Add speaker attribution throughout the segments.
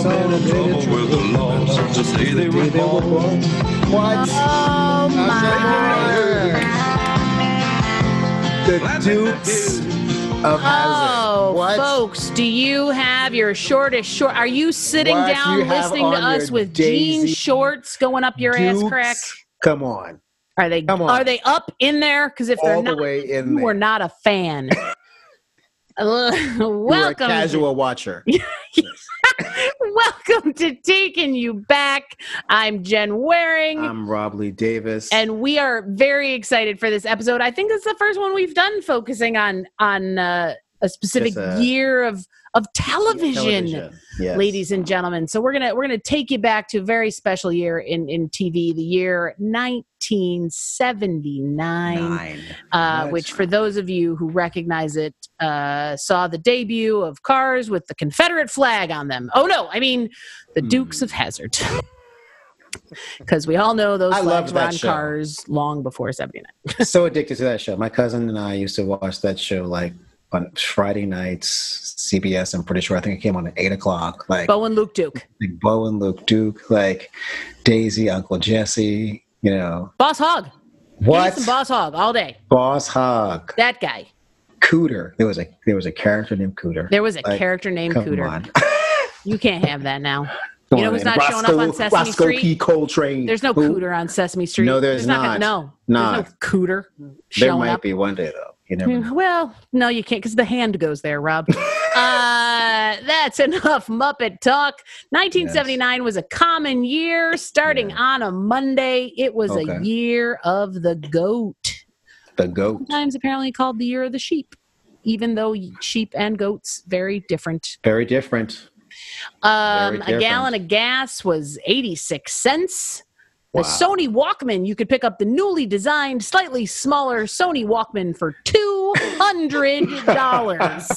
Speaker 1: trouble with the law since the day they were born.
Speaker 2: What?
Speaker 3: Oh my.
Speaker 2: The Dukes of
Speaker 3: Oh,
Speaker 2: Hazzard. What?
Speaker 3: folks, do you have your shortest short? Are you sitting
Speaker 2: What
Speaker 3: down
Speaker 2: you have
Speaker 3: listening to
Speaker 2: on
Speaker 3: us
Speaker 2: your
Speaker 3: with
Speaker 2: daisy
Speaker 3: jean shorts going up your ass crack?
Speaker 2: Dukes? Come on.
Speaker 3: Are they
Speaker 2: Come on.
Speaker 3: are they up in there? Because if
Speaker 2: All
Speaker 3: they're
Speaker 2: the
Speaker 3: not,
Speaker 2: way in
Speaker 3: you
Speaker 2: there.
Speaker 3: are not a fan.
Speaker 2: You are a
Speaker 3: Welcome,
Speaker 2: casual watcher.
Speaker 3: welcome to taking you back. I'm Jen Waring.
Speaker 2: I'm Rob Lee Davis.
Speaker 3: and we are very excited for this episode. I think it's the first one we've done focusing on on uh, a specific
Speaker 2: Yes, uh,
Speaker 3: year of of television,
Speaker 2: Yes.
Speaker 3: ladies and gentlemen. So we're gonna we're gonna take you back to a very special year in in TV, the year 1979
Speaker 2: Nine.
Speaker 3: uh,
Speaker 2: Yes.
Speaker 3: which for those of you who recognize it, uh, saw the debut of cars with the Confederate flag on them. Oh no, I mean the
Speaker 2: Hmm.
Speaker 3: Dukes of Hazard, because we all know those
Speaker 2: I
Speaker 3: flags
Speaker 2: loved
Speaker 3: were
Speaker 2: that
Speaker 3: on
Speaker 2: show.
Speaker 3: cars long before '79.
Speaker 2: so addicted to that show. My cousin and I used to watch that show like on Friday nights, CBS. I'm pretty sure. I think it came on at eight o'clock. Like,
Speaker 3: Bo and Luke Duke,
Speaker 2: like Bo and Luke Duke, like Daisy, Uncle Jesse. You know
Speaker 3: Boss Hog, Give me
Speaker 2: what?
Speaker 3: some Boss Hog all day.
Speaker 2: Boss Hog,
Speaker 3: That guy.
Speaker 2: Cooter. There was a there was a character named Cooter.
Speaker 3: There was a
Speaker 2: Like,
Speaker 3: character named
Speaker 2: Come
Speaker 3: Cooter.
Speaker 2: on.
Speaker 3: You can't have that now.
Speaker 2: Come
Speaker 3: You know
Speaker 2: on,
Speaker 3: who's
Speaker 2: man.
Speaker 3: not showing up on Sesame
Speaker 2: Roscoe
Speaker 3: Street?
Speaker 2: P. Coltrane.
Speaker 3: There's no
Speaker 2: Who-
Speaker 3: Cooter on Sesame Street.
Speaker 2: No, there's
Speaker 3: gonna-
Speaker 2: not.
Speaker 3: No,
Speaker 2: Not.
Speaker 3: there's no Cooter
Speaker 2: There
Speaker 3: showing
Speaker 2: might
Speaker 3: up.
Speaker 2: be one day though. You never. know.
Speaker 3: Mm, Well, no, you can't because the hand goes there, Rob. uh, that's enough Muppet talk. 1979 was a common year, starting
Speaker 2: Yeah.
Speaker 3: on a Monday. It was a
Speaker 2: Okay.
Speaker 3: year of the goat.
Speaker 2: The goat.
Speaker 3: Sometimes apparently called the year of the sheep, even though sheep and goats very different.
Speaker 2: Very different.
Speaker 3: Um,
Speaker 2: different.
Speaker 3: A gallon of gas was 86 cents. The
Speaker 2: Wow.
Speaker 3: Sony Walkman, you could pick up the newly designed, slightly smaller Sony Walkman for $200.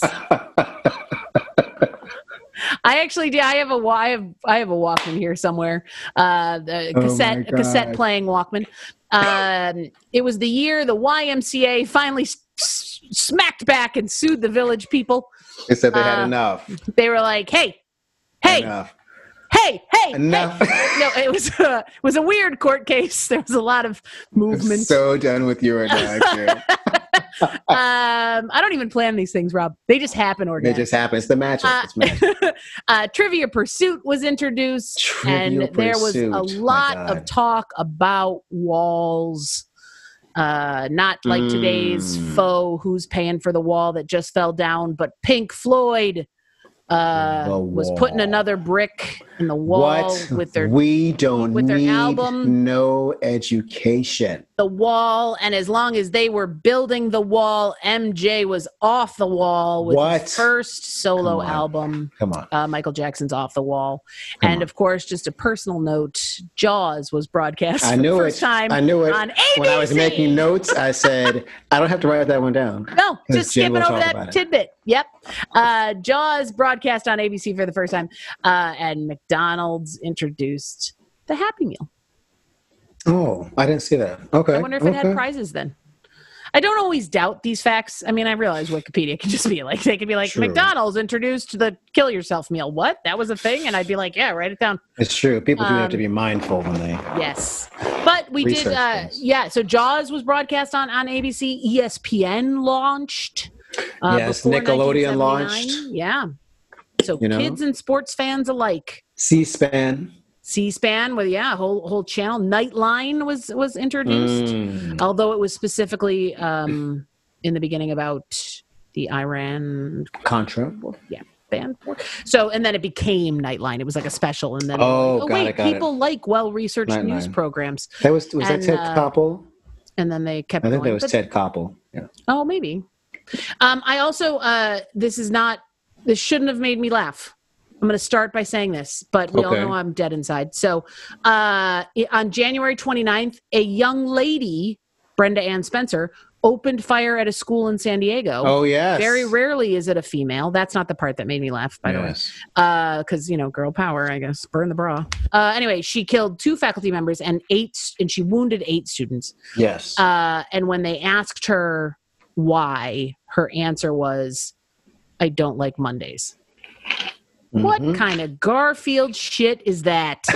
Speaker 3: I actually do. I have a wa- I have I have a Walkman here somewhere. Uh, the
Speaker 2: Oh my
Speaker 3: cassette a cassette
Speaker 2: God.
Speaker 3: playing Walkman. Um, it was the year the YMCA finally s- s- smacked back and sued the village people.
Speaker 2: Except they had
Speaker 3: Uh,
Speaker 2: enough.
Speaker 3: They were like, "Hey, hey,
Speaker 2: Enough.
Speaker 3: hey, hey,
Speaker 2: Enough.
Speaker 3: hey!" No, it was a, it was a weird court case. There was a lot of movement.
Speaker 2: So done with you right now. I
Speaker 3: um, I don't even plan these things, Rob. They just
Speaker 2: can't.
Speaker 3: happen
Speaker 2: it
Speaker 3: organically.
Speaker 2: just happens. It's the magic.
Speaker 3: Uh,
Speaker 2: It's magic.
Speaker 3: uh, Trivia Pursuit was introduced, and
Speaker 2: Trivial
Speaker 3: there was
Speaker 2: Pursuit.
Speaker 3: a
Speaker 2: My
Speaker 3: lot
Speaker 2: God.
Speaker 3: of talk about walls. Uh, not like today's
Speaker 2: Mm.
Speaker 3: foe who's paying for the wall that just fell down, but Pink Floyd uh,
Speaker 2: The
Speaker 3: was putting
Speaker 2: wall.
Speaker 3: another brick in the wall
Speaker 2: what?
Speaker 3: with their
Speaker 2: we don't
Speaker 3: with their
Speaker 2: need
Speaker 3: album.
Speaker 2: no education.
Speaker 3: the wall, and as long as they were building the wall, MJ was off the wall with
Speaker 2: What?
Speaker 3: his first
Speaker 2: Come
Speaker 3: solo
Speaker 2: on.
Speaker 3: album.
Speaker 2: Come on.
Speaker 3: uh, Michael Jackson's Off the Wall.
Speaker 2: Come
Speaker 3: and
Speaker 2: on.
Speaker 3: of course, just a personal note, Jaws was broadcast
Speaker 2: I
Speaker 3: for the
Speaker 2: knew
Speaker 3: first
Speaker 2: it.
Speaker 3: time
Speaker 2: I knew it.
Speaker 3: on ABC.
Speaker 2: When I was making notes, I said, I don't have to write that one down.
Speaker 3: no, just
Speaker 2: Jen
Speaker 3: skipping
Speaker 2: will
Speaker 3: over
Speaker 2: talk about
Speaker 3: that
Speaker 2: it.
Speaker 3: tidbit. Yep. Uh, Jaws broadcast on ABC for the first time, uh, and McDonald's introduced the Happy Meal.
Speaker 2: Oh, I didn't see that. Okay.
Speaker 3: I wonder if it
Speaker 2: okay.
Speaker 3: had prizes then. I don't always doubt these facts. I mean, I realize Wikipedia can just be like, they could be like,
Speaker 2: True.
Speaker 3: McDonald's introduced the kill yourself meal. What? That was a thing? And I'd be like, yeah, write it down.
Speaker 2: It's true. People do have to
Speaker 3: Um,
Speaker 2: be mindful when they.
Speaker 3: Yes. But we did
Speaker 2: Research
Speaker 3: uh
Speaker 2: things.
Speaker 3: yeah, so Jaws was broadcast on on ABC, ESPN launched. uh,
Speaker 2: Yes,
Speaker 3: before
Speaker 2: Nickelodeon
Speaker 3: 1979.
Speaker 2: launched.
Speaker 3: Yeah. So
Speaker 2: You know?
Speaker 3: kids and sports fans alike.
Speaker 2: C SPAN.
Speaker 3: C-SPAN with yeah, whole whole channel Nightline was was
Speaker 2: Mm.
Speaker 3: introduced, although it was specifically um in the beginning about the Iran
Speaker 2: Contra.
Speaker 3: yeah band so and then it became nightline it was like a special and then
Speaker 2: Oh,
Speaker 3: oh
Speaker 2: got
Speaker 3: wait
Speaker 2: it, got it.
Speaker 3: people like well-research news
Speaker 2: Nightline.
Speaker 3: programs
Speaker 2: That was was
Speaker 3: And,
Speaker 2: that Ted
Speaker 3: uh,
Speaker 2: Koppel?
Speaker 3: and then they kept
Speaker 2: I think
Speaker 3: going
Speaker 2: that was
Speaker 3: But-
Speaker 2: Ted Koppel. Yeah.
Speaker 3: Oh, maybe. Um, I also uh, this is not this shouldn't have made me laugh. I'm going to start by saying this, but we all
Speaker 2: Okay.
Speaker 3: know I'm dead inside. So, uh, i- on January 29th, a young lady, Brenda Ann Spencer, opened fire at a school in San Diego.
Speaker 2: Oh yes.
Speaker 3: Very rarely is it a female. That's not the part that made me laugh, by the way
Speaker 2: Yes.
Speaker 3: because you know girl power i guess burn the bra uh, anyway she killed two faculty members and eight and she wounded eight students
Speaker 2: Yes.
Speaker 3: uh, and when they asked her why her answer was i don't like mondays
Speaker 2: Mm-hmm.
Speaker 3: What kind of Garfield shit is that?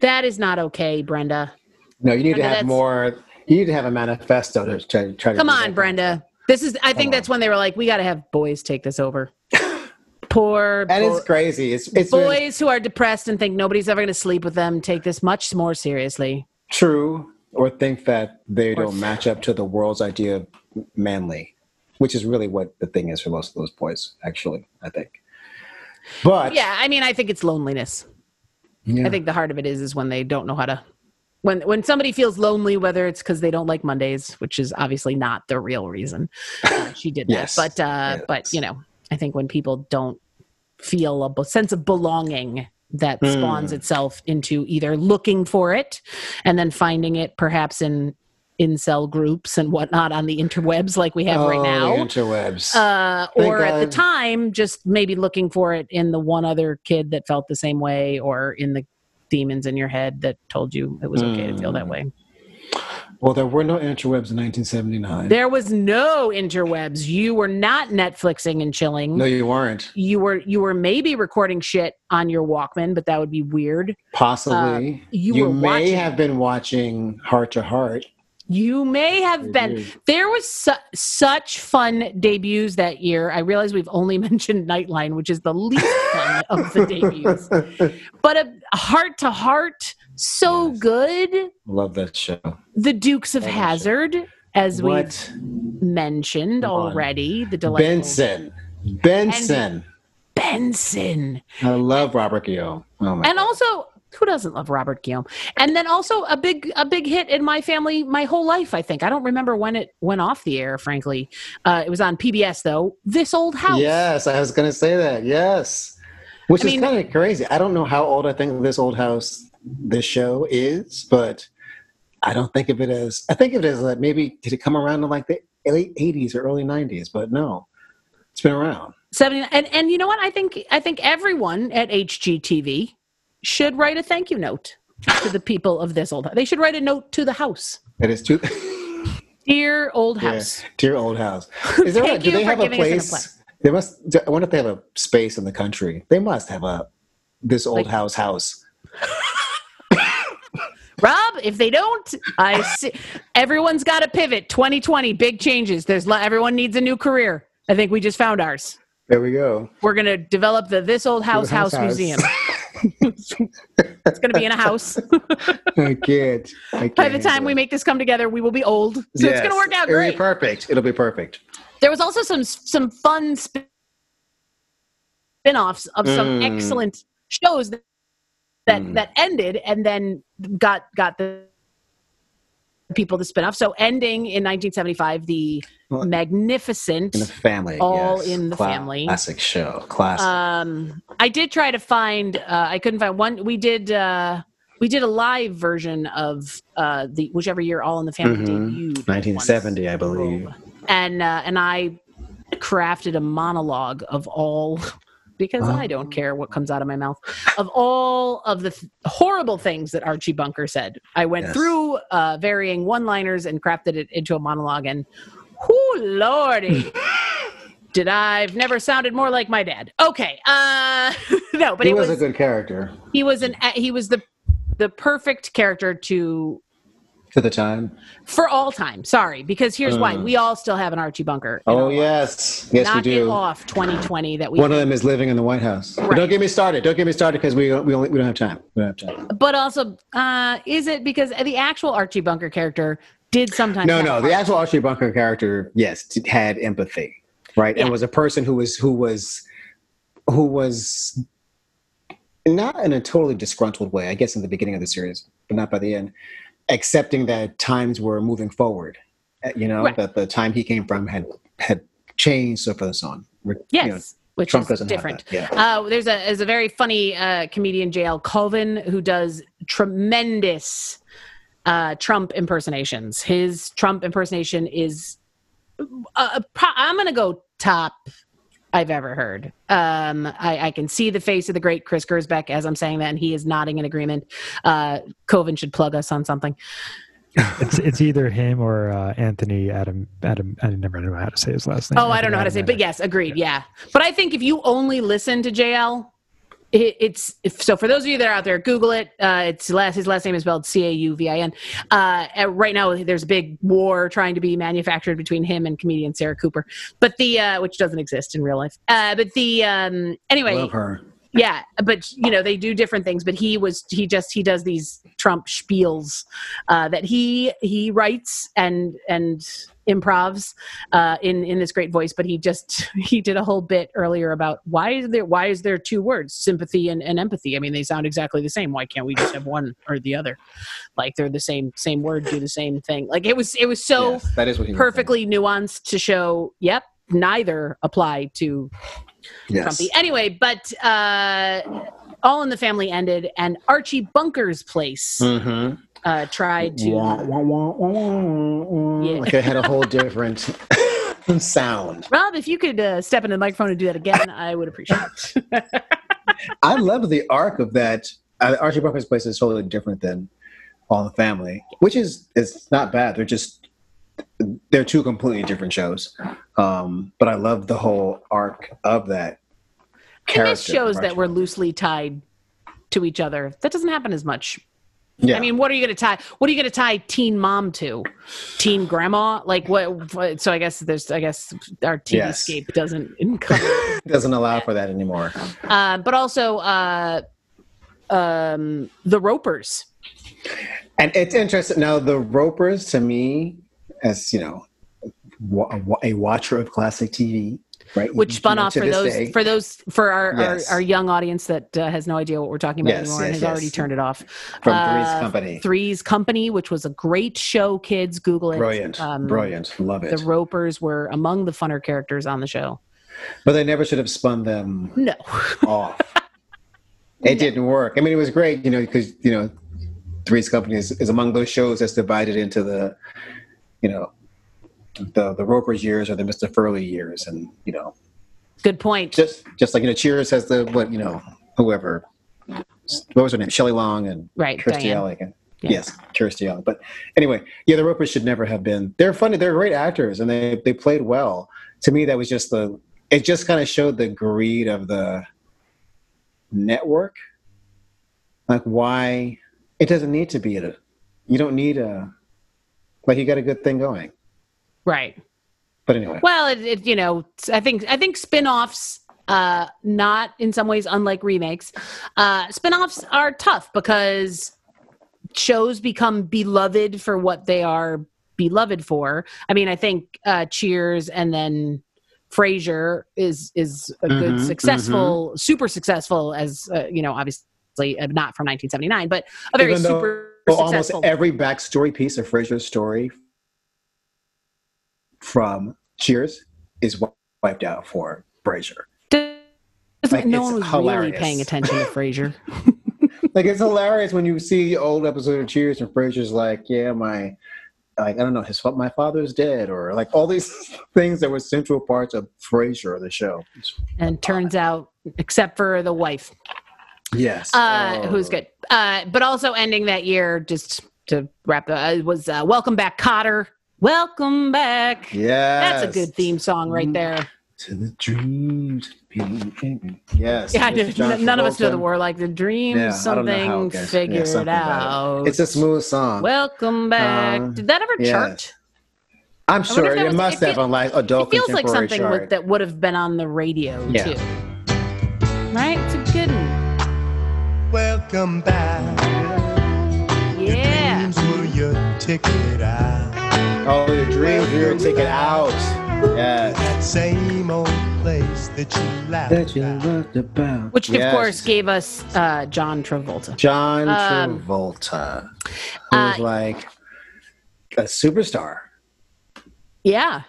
Speaker 3: that is not okay, Brenda.
Speaker 2: No, you need to
Speaker 3: Brenda, that's-
Speaker 2: have more. You need to have a manifesto to try, try to.
Speaker 3: Come
Speaker 2: do
Speaker 3: on,
Speaker 2: that.
Speaker 3: Brenda. This is I think that's when they were like, we gotta have boys take this over. Poor
Speaker 2: And
Speaker 3: bo-
Speaker 2: it's crazy. It's it's been
Speaker 3: boys who are depressed and think nobody's ever gonna sleep with them take this much more seriously.
Speaker 2: true, or think that they don't match up to the world's idea of manly, which is really what the thing is for most of those boys. Actually, I think. But
Speaker 3: Yeah, I mean I think it's loneliness. I think the heart of it is is when they don't know how to when when somebody feels lonely, whether it's because they don't like Mondays, which is obviously not the real reason uh, she did
Speaker 2: Yes.
Speaker 3: that, but uh,
Speaker 2: Yes.
Speaker 3: but you know, I think when people don't feel a b- sense of belonging that
Speaker 2: Hmm.
Speaker 3: spawns itself into either looking for it and then finding it perhaps in incel groups and whatnot on the interwebs like we have
Speaker 2: oh,
Speaker 3: right now
Speaker 2: the interwebs.
Speaker 3: uh,
Speaker 2: Thank
Speaker 3: or at the
Speaker 2: God.
Speaker 3: time just maybe looking for it in the one other kid that felt the same way or in the demons in your head that told you it was okay to feel
Speaker 2: Hmm.
Speaker 3: that way
Speaker 2: well, there were no interwebs in 1979.
Speaker 3: there was no interwebs you were not netflixing and chilling
Speaker 2: no, you weren't.
Speaker 3: you were you were maybe recording shit on your walkman but that would be weird
Speaker 2: Possibly.
Speaker 3: Uh, you were
Speaker 2: may
Speaker 3: watching-
Speaker 2: have been watching Heart to Heart.
Speaker 3: You may have been.
Speaker 2: did.
Speaker 3: There was su- such fun debuts that year. I realize we've only mentioned Nightline, which is the least fun of the debuts. But a heart to heart, so
Speaker 2: Yes.
Speaker 3: good.
Speaker 2: Love that show.
Speaker 3: The Dukes of
Speaker 2: Love that show.
Speaker 3: Hazard, as we've
Speaker 2: What?
Speaker 3: mentioned
Speaker 2: Come on.
Speaker 3: already, the delightful
Speaker 2: Benson. Benson.
Speaker 3: Benson.
Speaker 2: I love Robert Guillaume. Oh my
Speaker 3: and also who doesn't love Robert Guillaume? And then also a big a big hit in my family my whole life. I think I don't remember when it went off the air. Frankly, uh, it was on PBS though. This old house.
Speaker 2: Yes, I was going to say that. Yes. Which
Speaker 3: I
Speaker 2: is
Speaker 3: mean-
Speaker 2: kind of crazy. I don't know how old I think this old house, this show is, but I don't think of it as, I think of it as like maybe did it come around in like the late 80s or early 90s, but no, it's been around.
Speaker 3: seventy. And and you know what? I think I think everyone at HGTV should write a thank you note to the people of this old. They should write a note to the house,
Speaker 2: It is too.
Speaker 3: dear old
Speaker 2: Yeah,
Speaker 3: house.
Speaker 2: dear old house. Is there? a-
Speaker 3: Thank
Speaker 2: do
Speaker 3: you
Speaker 2: they
Speaker 3: for
Speaker 2: have a
Speaker 3: giving us an
Speaker 2: place? They must. do- I wonder if they have a space in the country. They must have a this old
Speaker 3: Like-
Speaker 2: house house.
Speaker 3: Rob, if they don't, I see. Everyone's got to pivot. 2020, big changes. There's lo- everyone needs a new career. I think we just found ours.
Speaker 2: There we go.
Speaker 3: We're gonna develop the this old house
Speaker 2: The
Speaker 3: house,
Speaker 2: house house.
Speaker 3: museum. it's gonna be in a house.
Speaker 2: I can't. I can't
Speaker 3: By the time
Speaker 2: handle
Speaker 3: we
Speaker 2: it.
Speaker 3: make this come together, we will be old. So it's
Speaker 2: Yes.
Speaker 3: gonna work out
Speaker 2: It'll
Speaker 3: great.
Speaker 2: Be perfect. It'll be perfect.
Speaker 3: there was also some some fun spin offs of some
Speaker 2: Mm.
Speaker 3: excellent shows that that,
Speaker 2: Mm.
Speaker 3: that ended and then got got the people to spin off. So ending in 1975, the
Speaker 2: Well,
Speaker 3: magnificent
Speaker 2: In the family.
Speaker 3: All
Speaker 2: yes.
Speaker 3: in the family.
Speaker 2: Classic show. Classic.
Speaker 3: um i did try to find uh i couldn't find one we did uh we did a live version of uh the whichever year all in the family
Speaker 2: Mhm.
Speaker 3: debuted
Speaker 2: 1970, I
Speaker 3: once.
Speaker 2: believe.
Speaker 3: and uh and i crafted a monologue of all because i don't care what comes out of my mouth of all of the th- horrible things that archie bunker said i went
Speaker 2: Yes.
Speaker 3: through uh varying one liners and crafted it into a monologue and whoo lordy did I've never sounded more like my dad. Okay. Uh no, but
Speaker 2: he
Speaker 3: it
Speaker 2: was, a
Speaker 3: was,
Speaker 2: good character
Speaker 3: he was an he was the the perfect character to
Speaker 2: for the time.
Speaker 3: for all time. Sorry, because here's why. We all still have an Archie Bunker. in
Speaker 2: Mm. Oh
Speaker 3: our-
Speaker 2: yes, yes we
Speaker 3: Knock it
Speaker 2: do.
Speaker 3: off 2020 that we
Speaker 2: One of them is living in the White House. But
Speaker 3: Right.
Speaker 2: don't get me started. Don't get me started because we don't, we, only, we don't have time. We don't have time.
Speaker 3: but also uh is it because the actual Archie Bunker character did sometimes
Speaker 2: no
Speaker 3: have
Speaker 2: no
Speaker 3: a
Speaker 2: the
Speaker 3: heart-
Speaker 2: actual archie bunker character yes t- had empathy right
Speaker 3: Yeah.
Speaker 2: and was a person who was who was who was not in a totally disgruntled way i guess in the beginning of the series but not by the end accepting that times were moving forward uh, you know
Speaker 3: Right.
Speaker 2: that the time he came from had had changed so far so on We're- you
Speaker 3: Yes.
Speaker 2: know,
Speaker 3: which
Speaker 2: Trump
Speaker 3: is
Speaker 2: doesn't have
Speaker 3: different.
Speaker 2: that,
Speaker 3: Uh, there's a there's a very funny uh, comedian JL Colvin who does tremendous uh, Trump impersonations. His Trump impersonation is uh, uh, pro- I'm gonna go top I've ever heard. Um, I, I can see the face of the great Chris Gersbeck as I'm saying that, and he is nodding in agreement. Uh, Coven should plug us on something.
Speaker 4: it's it's either him or uh, Anthony Adam Adam. I never know how to say his last name.
Speaker 3: Oh, I don't know how to say, it, but
Speaker 4: yeah.
Speaker 3: yes, agreed. Yeah. But I think if you only listen to JL, it, it's if, so for those of you that are out there, Google it. Uh, it's last his last name is spelled C A U V I N. Uh, and right now, there's a big war trying to be manufactured between him and comedian Sarah Cooper, but the uh, which doesn't exist in real life. Uh, but the um, anyway,
Speaker 2: Love her.
Speaker 3: yeah but you know they do different things but he was he just he does these trump spiels uh, that he he writes and and improvs uh, in in this great voice but he just he did a whole bit earlier about why is there why is there two words sympathy and, and empathy i mean they sound exactly the same why can't we just have one or the other like they're the same same word do the same thing like it was it was so
Speaker 2: Yes, that is what he was saying.
Speaker 3: perfectly nuanced to show yep neither apply to
Speaker 2: Yes.
Speaker 3: Trumpy. Anyway, but uh, All in the Family ended, and Archie Bunker's place
Speaker 2: Mm-hmm.
Speaker 3: uh, tried to. Yeah.
Speaker 2: Like it had a whole different sound.
Speaker 3: Rob, if you could uh, step into the microphone and do that again, I would appreciate it.
Speaker 2: I love the arc of that. Uh, Archie Bunker's place is totally different than All in the Family, which is it's not bad. They're just they're two completely different shows. Um, but I love the whole arc of that.
Speaker 3: And this
Speaker 2: character,
Speaker 3: shows
Speaker 2: Archie
Speaker 3: that we're loosely tied to each other. That doesn't happen as much.
Speaker 2: Yeah.
Speaker 3: I mean, what are you going to tie? What are you going to tie teen mom to? Teen grandma? Like what, what? So I guess there's. I guess our TV
Speaker 2: Yes.
Speaker 3: scape doesn't encompass
Speaker 2: doesn't allow for that anymore.
Speaker 3: uh, but also uh, um, the Ropers.
Speaker 2: And it's interesting. Now, the Ropers, to me, as you know, wa- a wa- a watcher of classic TV, right?
Speaker 3: which
Speaker 2: You
Speaker 3: spun
Speaker 2: know,
Speaker 3: off
Speaker 2: Mm-hmm. to
Speaker 3: for
Speaker 2: this
Speaker 3: those
Speaker 2: day.
Speaker 3: for those for our,
Speaker 2: Yes.
Speaker 3: our, our young audience that uh, has no idea what we're talking about
Speaker 2: Yes,
Speaker 3: anymore and
Speaker 2: yes,
Speaker 3: has
Speaker 2: yes.
Speaker 3: already turned it off
Speaker 2: from
Speaker 3: Uh,
Speaker 2: Three's Company.
Speaker 3: Three's Company, which was a great show, kids Google it.
Speaker 2: Brilliant,
Speaker 3: Um,
Speaker 2: brilliant, love
Speaker 3: The
Speaker 2: it.
Speaker 3: Ropers were among the funner characters on the show.
Speaker 2: but they never should have spun them
Speaker 3: No,
Speaker 2: off. It didn't work. I mean, it was great, you know, because you know, Three's Company is, is among those shows that's divided into the, you know, the the Roper's years or the Mister Furley years, and you know,
Speaker 3: good point.
Speaker 2: just just like you know, Cheers has the what you know, whoever, what was her name, Shelley Long and
Speaker 3: Right,
Speaker 2: Kirstie
Speaker 3: Diane.
Speaker 2: Alley. and-
Speaker 3: Yeah.
Speaker 2: Yes, Kirstie Alley. But anyway, yeah, the Ropers should never have been. They're funny. They're great actors, and they they played well. To me, that was just the. It just kind of showed the greed of the network. Like why it doesn't need to be a. You don't need a. Like you got a good thing going,
Speaker 3: Right.
Speaker 2: but anyway.
Speaker 3: Well, it, it you know, I think I think spin-offs uh not in some ways unlike remakes. Uh spin-offs are tough because shows become beloved for what they are beloved for. I mean, I think uh Cheers and then Frasier is is a good
Speaker 2: Mhm,
Speaker 3: successful super successful as uh, you know, obviously uh, not from 1979, but a very
Speaker 2: Even though-
Speaker 3: super
Speaker 2: Well, almost
Speaker 3: successful
Speaker 2: every backstory piece of Frasier's story from Cheers is wi- wiped out for Frasier.
Speaker 3: Doesn't-
Speaker 2: like,
Speaker 3: no
Speaker 2: it's
Speaker 3: one was
Speaker 2: hilarious.
Speaker 3: really paying attention to Frasier.
Speaker 2: Like it's hilarious when you see old episode of Cheers and Frasier's like, yeah, my like I don't know, his fa- my father's dead, or like all these things that were central parts of Frasier the show.
Speaker 3: and turns out except for the wife
Speaker 2: Yes,
Speaker 3: uh,
Speaker 2: Oh.
Speaker 3: who's good uh, but also ending that year just to wrap the uh, was uh, welcome back cotter welcome back
Speaker 2: Yes, Mm.
Speaker 3: that's a good theme song right there
Speaker 2: To the dreams. being- Yes.
Speaker 3: yeah I
Speaker 2: Mr.
Speaker 3: did-
Speaker 2: John
Speaker 3: none of us know the
Speaker 2: Travolta.
Speaker 3: word like the dream
Speaker 2: Yeah, I don't know how
Speaker 3: something
Speaker 2: it goes. Yeah,
Speaker 3: figured
Speaker 2: something about
Speaker 3: out
Speaker 2: It's a smooth song.
Speaker 3: welcome back
Speaker 2: Um,
Speaker 3: did that ever
Speaker 2: yeah.
Speaker 3: chart
Speaker 2: I'm
Speaker 3: wonder
Speaker 2: sure
Speaker 3: if that
Speaker 2: it
Speaker 3: was-
Speaker 2: must
Speaker 3: it
Speaker 2: have
Speaker 3: feel-
Speaker 2: on like adult
Speaker 3: it feels like
Speaker 2: contemporary
Speaker 3: something with,
Speaker 2: chart.
Speaker 3: that would have been on the radio
Speaker 2: Yeah.
Speaker 3: too right it's a good one
Speaker 1: Welcome back.
Speaker 3: yeah
Speaker 1: Dreams were your ticket out.
Speaker 2: Oh, the dreams you were taking out. Yes.
Speaker 1: That same old place that you laughed at.
Speaker 2: loved about.
Speaker 3: which
Speaker 2: Yes.
Speaker 3: of course gave us uh, John Travolta.
Speaker 2: John
Speaker 3: Um,
Speaker 2: Travolta, who was
Speaker 3: uh,
Speaker 2: like a superstar,
Speaker 3: Yeah,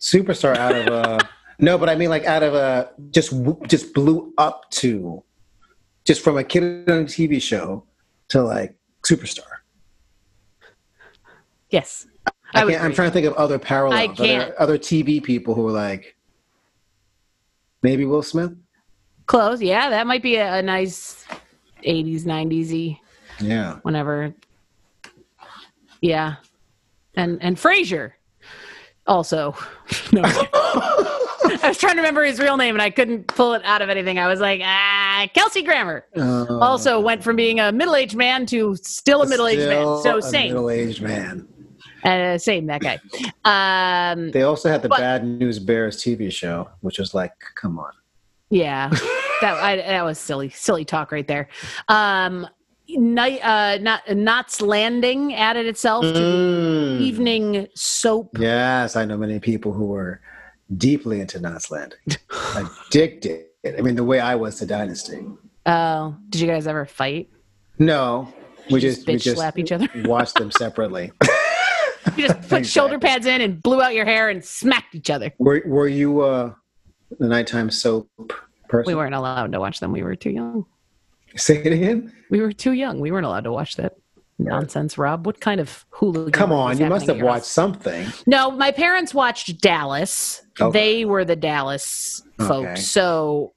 Speaker 2: superstar out of a no, but I mean like out of a just w- just blew up to, just from a kid on a TV show to like superstar.
Speaker 3: yes.
Speaker 2: I
Speaker 3: would
Speaker 2: can't, I'm
Speaker 3: agree.
Speaker 2: trying to think of other parallels.
Speaker 3: I
Speaker 2: other-
Speaker 3: can't.
Speaker 2: Other, TV people who were like, maybe Will Smith.
Speaker 3: Close. Yeah, that might be a, a nice 80s, 90s y,
Speaker 2: Yeah.
Speaker 3: whenever. Yeah. and and Frasier also. No, I'm kidding. I was trying to remember his real name and I couldn't pull it out of anything. I was like, ah, Kelsey Grammer
Speaker 2: Uh,
Speaker 3: also went from being a middle-aged man to still a middle-aged man.
Speaker 2: still
Speaker 3: So
Speaker 2: a
Speaker 3: same,
Speaker 2: middle-aged man.
Speaker 3: uh, same that guy. Um,
Speaker 2: They also had the
Speaker 3: But-
Speaker 2: Bad News Bears TV show, which was like, come on.
Speaker 3: Yeah, that I, that was silly, silly talk right there. Um, night, uh, not Knots Landing added itself to
Speaker 2: Mm.
Speaker 3: the evening soap.
Speaker 2: Yes, I know many people who were deeply into Knots Landing, addicted. I mean, the way I was to Dynasty.
Speaker 3: Uh, did you guys ever fight?
Speaker 2: No, we
Speaker 3: Just
Speaker 2: just, we
Speaker 3: bitch
Speaker 2: just
Speaker 3: slap each other?
Speaker 2: watched them separately.
Speaker 3: You just put shoulder pads in and blew out your hair and smacked each other.
Speaker 2: were Were you uh, the nighttime soap person?
Speaker 3: We weren't allowed to watch them. We were too young.
Speaker 2: Say it again.
Speaker 3: We were too young. We weren't allowed to watch that nonsense, Rob. What kind of hooligan?
Speaker 2: Come
Speaker 3: was
Speaker 2: on, you
Speaker 3: happening
Speaker 2: must
Speaker 3: at
Speaker 2: have
Speaker 3: your house?
Speaker 2: watched something.
Speaker 3: No, my parents watched Dallas.
Speaker 2: Okay.
Speaker 3: They were the Dallas folks.
Speaker 2: Okay.
Speaker 3: So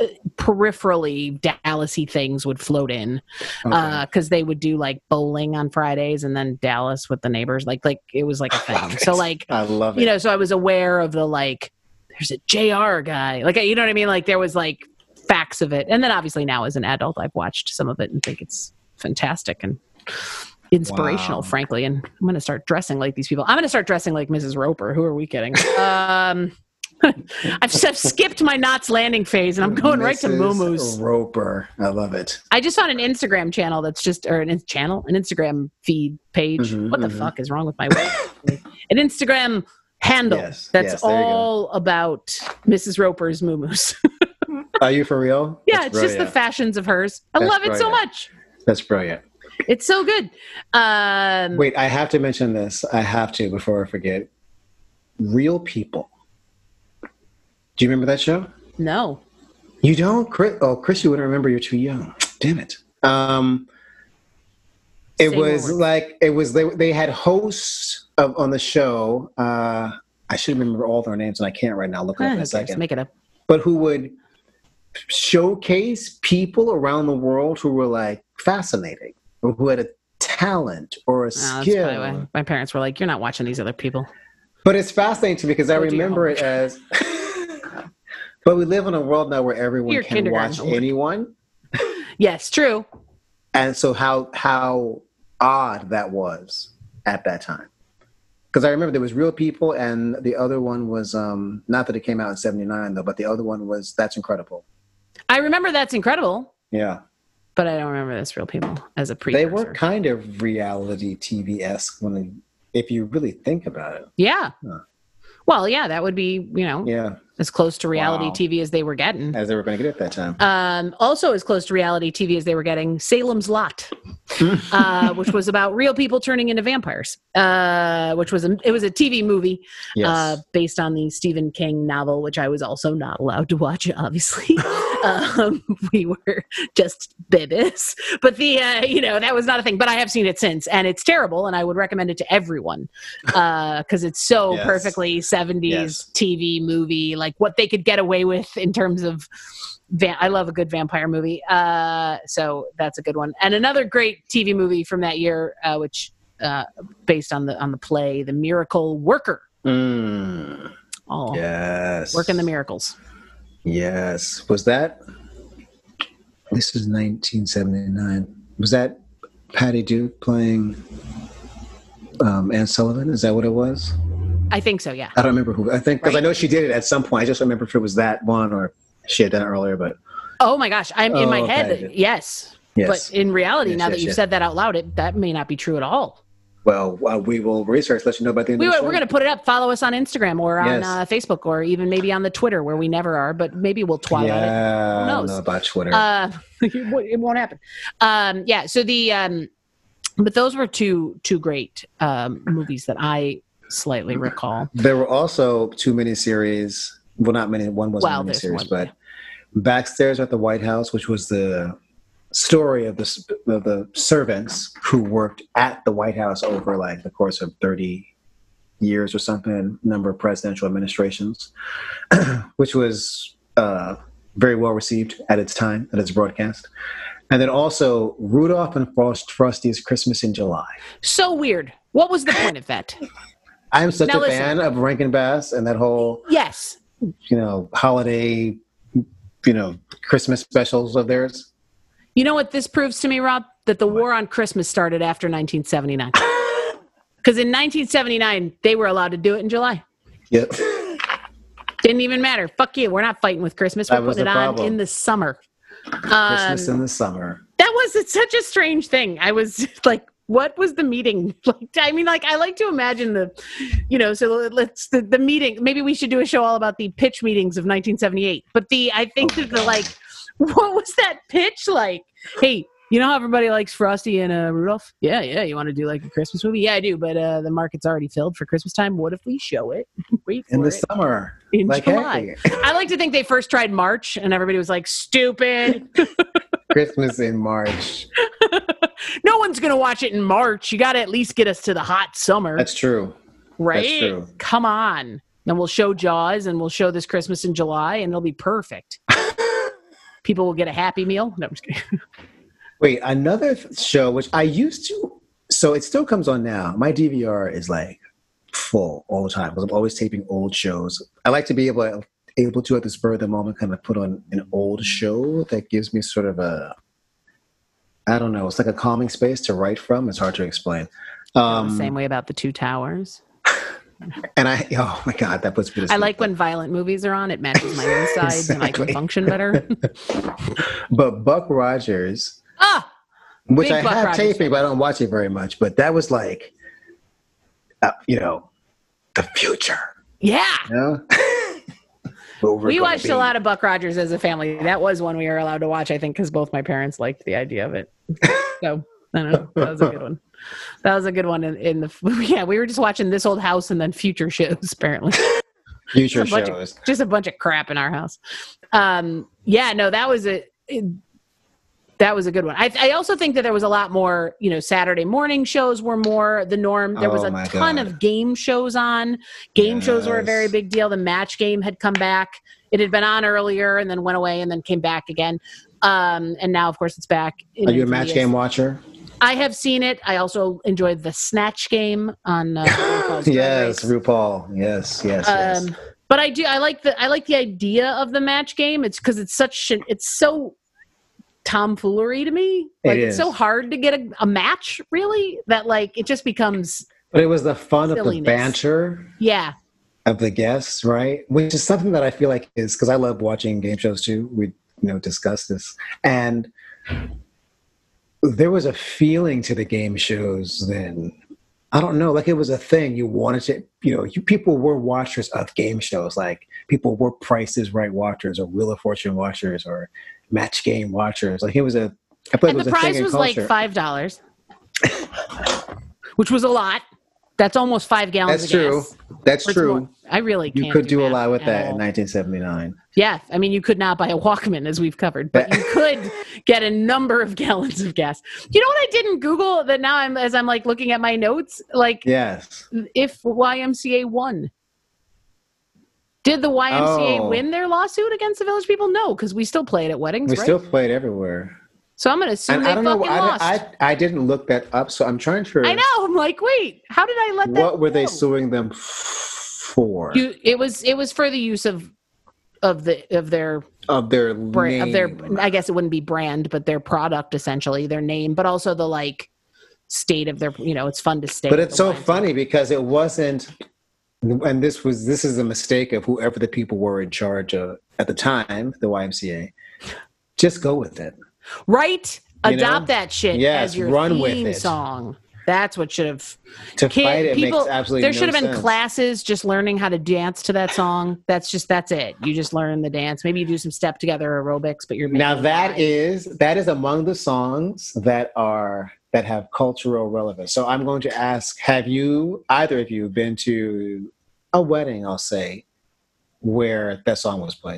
Speaker 3: uh, peripherally Dallasy things would float in
Speaker 2: Okay.
Speaker 3: because they would do like bowling on Fridays and then Dallas with the neighbors. Like like it was like a thing. So like
Speaker 2: I love it.
Speaker 3: you know, so I was aware of the like there's a JR guy. Like you know what I mean? Like there was like facts of it. And then obviously now as an adult I've watched some of it and think it's fantastic and inspirational,
Speaker 2: Wow.
Speaker 3: frankly. And I'm gonna start dressing like these people. I'm gonna start dressing like Mrs. Roper. Who are we kidding? um I've, I've skipped my Knots Landing phase and I'm going right to
Speaker 2: Mrs.
Speaker 3: Mumu's.
Speaker 2: Roper. I love it.
Speaker 3: I just found an Instagram channel that's just or an in- channel, an Instagram feed page.
Speaker 2: Mhm,
Speaker 3: what the
Speaker 2: mhm.
Speaker 3: fuck is wrong with my web? an Instagram handle
Speaker 2: Yes,
Speaker 3: that's
Speaker 2: yes, there you go.
Speaker 3: all about Mrs. Roper's moomoos.
Speaker 2: Are you for real?
Speaker 3: yeah,
Speaker 2: That's
Speaker 3: it's just the
Speaker 2: brilliant.
Speaker 3: fashions of hers. I
Speaker 2: That's
Speaker 3: love it so
Speaker 2: brilliant.
Speaker 3: much.
Speaker 2: That's brilliant.
Speaker 3: It's so good. Um,
Speaker 2: Wait, I have to mention this. I have to before I forget. Real people. Do you remember that show?
Speaker 3: no,
Speaker 2: You don't, Chris? Oh, Chris, you wouldn't remember. You're too young. Damn it. Um, it
Speaker 3: Say
Speaker 2: was
Speaker 3: more.
Speaker 2: like it was. They they had hosts of on the show. Uh, I should remember all their names, and I can't right now. Look it
Speaker 3: Eh,
Speaker 2: up in
Speaker 3: who
Speaker 2: a
Speaker 3: cares?
Speaker 2: second.
Speaker 3: make it up.
Speaker 2: but who would showcase people around the world who were like fascinating or who had a talent or a
Speaker 3: No, Oh, that's probably
Speaker 2: skill.
Speaker 3: why my parents were like, "You're not watching these other people."
Speaker 2: But it's fascinating to me because I
Speaker 3: Go do your
Speaker 2: remember it as. but we live in a world now where everyone
Speaker 3: Your
Speaker 2: can
Speaker 3: kindergarten
Speaker 2: watch
Speaker 3: homework.
Speaker 2: anyone,
Speaker 3: Yes, true.
Speaker 2: and so how how odd that was at that time. Because I remember there was real people, and the other one was um, not that it came out in '79 though, but the other one was that's incredible.
Speaker 3: I remember that's incredible,
Speaker 2: Yeah.
Speaker 3: but I don't remember this real people as a precursor.
Speaker 2: they were kind of reality TV esque when, if you really think about it.
Speaker 3: Yeah.
Speaker 2: Huh.
Speaker 3: Well, yeah, that would be, you know,
Speaker 2: Yeah,
Speaker 3: as close to reality
Speaker 2: Wow.
Speaker 3: TV as they were getting.
Speaker 2: as they were going to get at that time.
Speaker 3: Um, also, as close to reality TV as they were getting, Salem's Lot, uh, which was about real people turning into vampires. Uh, which was a, it was a TV movie
Speaker 2: yes.
Speaker 3: uh, based on the Stephen King novel, which I was also not allowed to watch. Obviously, um, we were just babies. But the uh, you know that was not a thing. But I have seen it since, and it's terrible. And I would recommend it to everyone because it's so
Speaker 2: Yes.
Speaker 3: perfectly seventies
Speaker 2: Yes.
Speaker 3: TV movie, like what they could get away with in terms of. Va- I love a good vampire movie, uh, so that's a good one. And another great TV movie from that year, uh, which uh, based on the on the play, The Miracle Worker.
Speaker 2: Mm,
Speaker 3: Oh,
Speaker 2: yes.
Speaker 3: working the miracles.
Speaker 2: Yes. Was that? This is 1979. Was that Patty Duke playing um, Anne Sullivan? Is that what it was?
Speaker 3: I think so. Yeah.
Speaker 2: I don't remember who. I think because
Speaker 3: Right.
Speaker 2: I know she did it at some point. I just remember if it was that one or she had done it earlier. But
Speaker 3: Oh my gosh, I'm in my
Speaker 2: Oh,
Speaker 3: head.
Speaker 2: okay.
Speaker 3: Yes.
Speaker 2: yes.
Speaker 3: But in reality,
Speaker 2: Yes,
Speaker 3: now
Speaker 2: yes,
Speaker 3: that you've
Speaker 2: yes.
Speaker 3: said that out loud, it that may not be true at all.
Speaker 2: well, uh, we will research. Let you know about the end
Speaker 3: We,
Speaker 2: of the
Speaker 3: we're
Speaker 2: show.
Speaker 3: going to put it up. Follow us on Instagram or on
Speaker 2: Yes.
Speaker 3: uh, Facebook or even maybe on the Twitter where we never are, but maybe we'll twat about it.
Speaker 2: Yeah,
Speaker 3: Who
Speaker 2: I don't
Speaker 3: knows?
Speaker 2: know about Twitter.
Speaker 3: Uh, it won't- it won't happen. Um, yeah. So the um, but those were two two great um, movies that I slightly recall.
Speaker 2: there were also two miniseries. Well, not many. One was
Speaker 3: Well,
Speaker 2: a
Speaker 3: there's
Speaker 2: miniseries,
Speaker 3: one,
Speaker 2: but Backstairs at the White House, which was the story of the s- of the servants who worked at the White House over like the course of thirty years or something, number of presidential administrations, which was uh, very well received at its time at its broadcast. And then also Rudolph and Frost Frosty's Christmas in July.
Speaker 3: So weird. What was the point of that?
Speaker 2: I'm such
Speaker 3: Now
Speaker 2: a
Speaker 3: listen.
Speaker 2: fan of Rankin Bass and that whole,
Speaker 3: Yes.
Speaker 2: you know, holiday, you know, Christmas specials of theirs.
Speaker 3: You know what this proves to me, Rob? That the war on Christmas started after 1979. Because in 1979, they were allowed to do it in July.
Speaker 2: Yep.
Speaker 3: Didn't even matter. Fuck you. We're not fighting with Christmas.
Speaker 2: That
Speaker 3: We're
Speaker 2: was
Speaker 3: putting it
Speaker 2: the
Speaker 3: on
Speaker 2: problem.
Speaker 3: in the summer.
Speaker 2: Christmas
Speaker 3: Um,
Speaker 2: in the summer.
Speaker 3: That was it's such a strange thing. I was like, what was the meeting? Like, I mean, like, I like to imagine the, you know, so let's the, the meeting. Maybe we should do a show all about the pitch meetings of 1978. But the, I think that the like, what was that pitch like? Hey, you know how everybody likes Frosty and uh, Rudolph? Yeah, yeah. You want to do like a Christmas movie? Yeah, I do. But uh, the market's already filled for Christmas time. What if we show it? Wait for
Speaker 2: In the
Speaker 3: it
Speaker 2: summer.
Speaker 3: in
Speaker 2: like,
Speaker 3: July.
Speaker 2: hey,
Speaker 3: I like to think they first tried March, and everybody was like, "Stupid!
Speaker 2: Christmas in March.
Speaker 3: No one's gonna watch it in March. You got to at least get us to the hot summer,
Speaker 2: That's true.
Speaker 3: right?
Speaker 2: true.
Speaker 3: Come on." Then we'll show Jaws, and we'll show this Christmas in July, and it'll be perfect. People will get a Happy Meal. No, I'm just kidding.
Speaker 2: Wait, another th- show which I used to, so it still comes on now. My DVR is like full all the time because I'm always taping old shows. I like to be able to, able to at the spur of the moment kind of put on an old show that gives me sort of a, I don't know, it's like a calming space to write from. It's hard to explain. Um,
Speaker 3: Same way about the Two Towers.
Speaker 2: And I, oh my God, that puts me to
Speaker 3: I
Speaker 2: sleep.
Speaker 3: like when violent movies are on. It matches my insides, and I
Speaker 2: Exactly.
Speaker 3: can function better.
Speaker 2: But Buck Rogers
Speaker 3: ah,
Speaker 2: which
Speaker 3: Big
Speaker 2: I
Speaker 3: Buck
Speaker 2: have
Speaker 3: Rogers
Speaker 2: taping, but I don't watch it very much. But that was like, uh, you know, the future.
Speaker 3: yeah.
Speaker 2: You know? Where we're
Speaker 3: we
Speaker 2: gonna
Speaker 3: watched
Speaker 2: be.
Speaker 3: a lot of Buck Rogers as a family. That was one we were allowed to watch, I think, because both my parents liked the idea of it. So I don't know. That was a good one. That was a good one. In, in the yeah, we were just watching this old house and then future shows. Apparently,
Speaker 2: future
Speaker 3: a bunch of-
Speaker 2: shows.
Speaker 3: just a bunch of crap in our house. Um, yeah, no, that was a. it- that was a good one. I, I also think that there was a lot more, you know, Saturday morning shows were more the norm. There was
Speaker 2: Oh
Speaker 3: a
Speaker 2: my
Speaker 3: ton
Speaker 2: God.
Speaker 3: of game shows on. Game shows were a very
Speaker 2: Yes.
Speaker 3: big deal. The match game had come back. It had been on earlier and then went away and then came back again. Um, and now, of course, it's back. in
Speaker 2: Are you a
Speaker 3: MTV.
Speaker 2: match game watcher?
Speaker 3: I have seen it. I also enjoyed the snatch game on. Uh, RuPaul's Drag
Speaker 2: Yes,
Speaker 3: Race.
Speaker 2: RuPaul. Yes, yes, yes.
Speaker 3: Um, but I do. I like the. I like the idea of the match game. It's because it's such. An, it's so tomfoolery to me.
Speaker 2: It
Speaker 3: Like it's
Speaker 2: is.
Speaker 3: so hard to get a, a match. Really, that like it just becomes.
Speaker 2: But it was the fun of the
Speaker 3: silliness.
Speaker 2: banter
Speaker 3: Yeah,
Speaker 2: of the guests, right? Which is something that I feel like is because I love watching game shows too. We you know discuss this, and there was a feeling to the game shows then. I don't know, like it was a thing you wanted to, you know, you people were watchers of game shows. Like people were prices right watchers or Wheel of Fortune watchers or match game watchers. Like it was a I feel like it
Speaker 3: and
Speaker 2: was
Speaker 3: the
Speaker 2: a thing
Speaker 3: prize
Speaker 2: in
Speaker 3: was like
Speaker 2: culture.
Speaker 3: five dollars, which was a lot. That's almost five gallons.
Speaker 2: That's
Speaker 3: of
Speaker 2: true.
Speaker 3: gas.
Speaker 2: That's
Speaker 3: Or it's more.
Speaker 2: true.
Speaker 3: I really can't
Speaker 2: You could do a
Speaker 3: math
Speaker 2: lot with
Speaker 3: at
Speaker 2: that
Speaker 3: all.
Speaker 2: in 1979.
Speaker 3: Yeah, I mean, you could not buy a Walkman, as we've covered, but you could get a number of gallons of gas. You know what I didn't Google that now I'm as I'm like looking at my notes, like
Speaker 2: Yes.
Speaker 3: if YMCA won. Did the YMCA
Speaker 2: Oh.
Speaker 3: win their lawsuit against the Village People? No, because we still play it at weddings,
Speaker 2: We
Speaker 3: right?
Speaker 2: still played everywhere.
Speaker 3: so I'm going to assume
Speaker 2: And
Speaker 3: they
Speaker 2: I don't
Speaker 3: fucking
Speaker 2: know. I,
Speaker 3: lost. I,
Speaker 2: I I didn't look that up, so I'm trying to.
Speaker 3: know. I'm like, wait, how did I let that?
Speaker 2: What were they
Speaker 3: go?
Speaker 2: suing them for?
Speaker 3: You, it was it was for the use of of the of their
Speaker 2: of their
Speaker 3: brand
Speaker 2: name.
Speaker 3: of their i guess it wouldn't be brand but their product essentially their name but also the like state of their you know it's fun to stay
Speaker 2: but
Speaker 3: with
Speaker 2: it's
Speaker 3: the
Speaker 2: so
Speaker 3: wine.
Speaker 2: funny because it wasn't. And this was this is a mistake of whoever the people were in charge of at the time, the YMCA. Just go with it.
Speaker 3: right
Speaker 2: You know?
Speaker 3: adopt that shit
Speaker 2: Yes,
Speaker 3: as your
Speaker 2: run
Speaker 3: theme
Speaker 2: with it.
Speaker 3: song that's what should have
Speaker 2: To fight
Speaker 3: kid
Speaker 2: it
Speaker 3: people
Speaker 2: makes absolutely
Speaker 3: there
Speaker 2: no
Speaker 3: should have been
Speaker 2: sense.
Speaker 3: classes just learning how to dance to that song that's just that's it you just learn the dance maybe you do some step together aerobics but you're
Speaker 2: Now
Speaker 3: making
Speaker 2: that
Speaker 3: it
Speaker 2: is that is among the songs that are that have cultural relevance. So I'm going to ask: Have you either of you been to a wedding? I'll say where that song was played.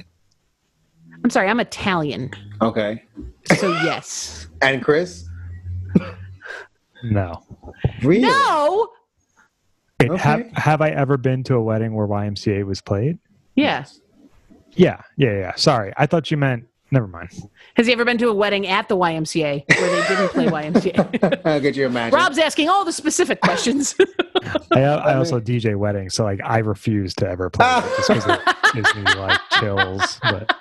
Speaker 3: live. i'm sorry i'm italian
Speaker 2: Okay,
Speaker 3: so yes
Speaker 2: and Chris,
Speaker 4: No.
Speaker 2: really?
Speaker 3: no
Speaker 4: It, have,
Speaker 2: Okay.
Speaker 4: have I ever been to a wedding where YMCA was played?
Speaker 3: yeah
Speaker 4: Yeah, yeah, yeah. Sorry, I thought you meant Never mind.
Speaker 3: Has he ever been to a wedding at the YMCA where they didn't play YMCA?
Speaker 2: Could you imagine?
Speaker 3: Rob's asking all the specific questions.
Speaker 4: I, I also DJ weddings, so like I refuse to ever play it just because it gives me like chills. But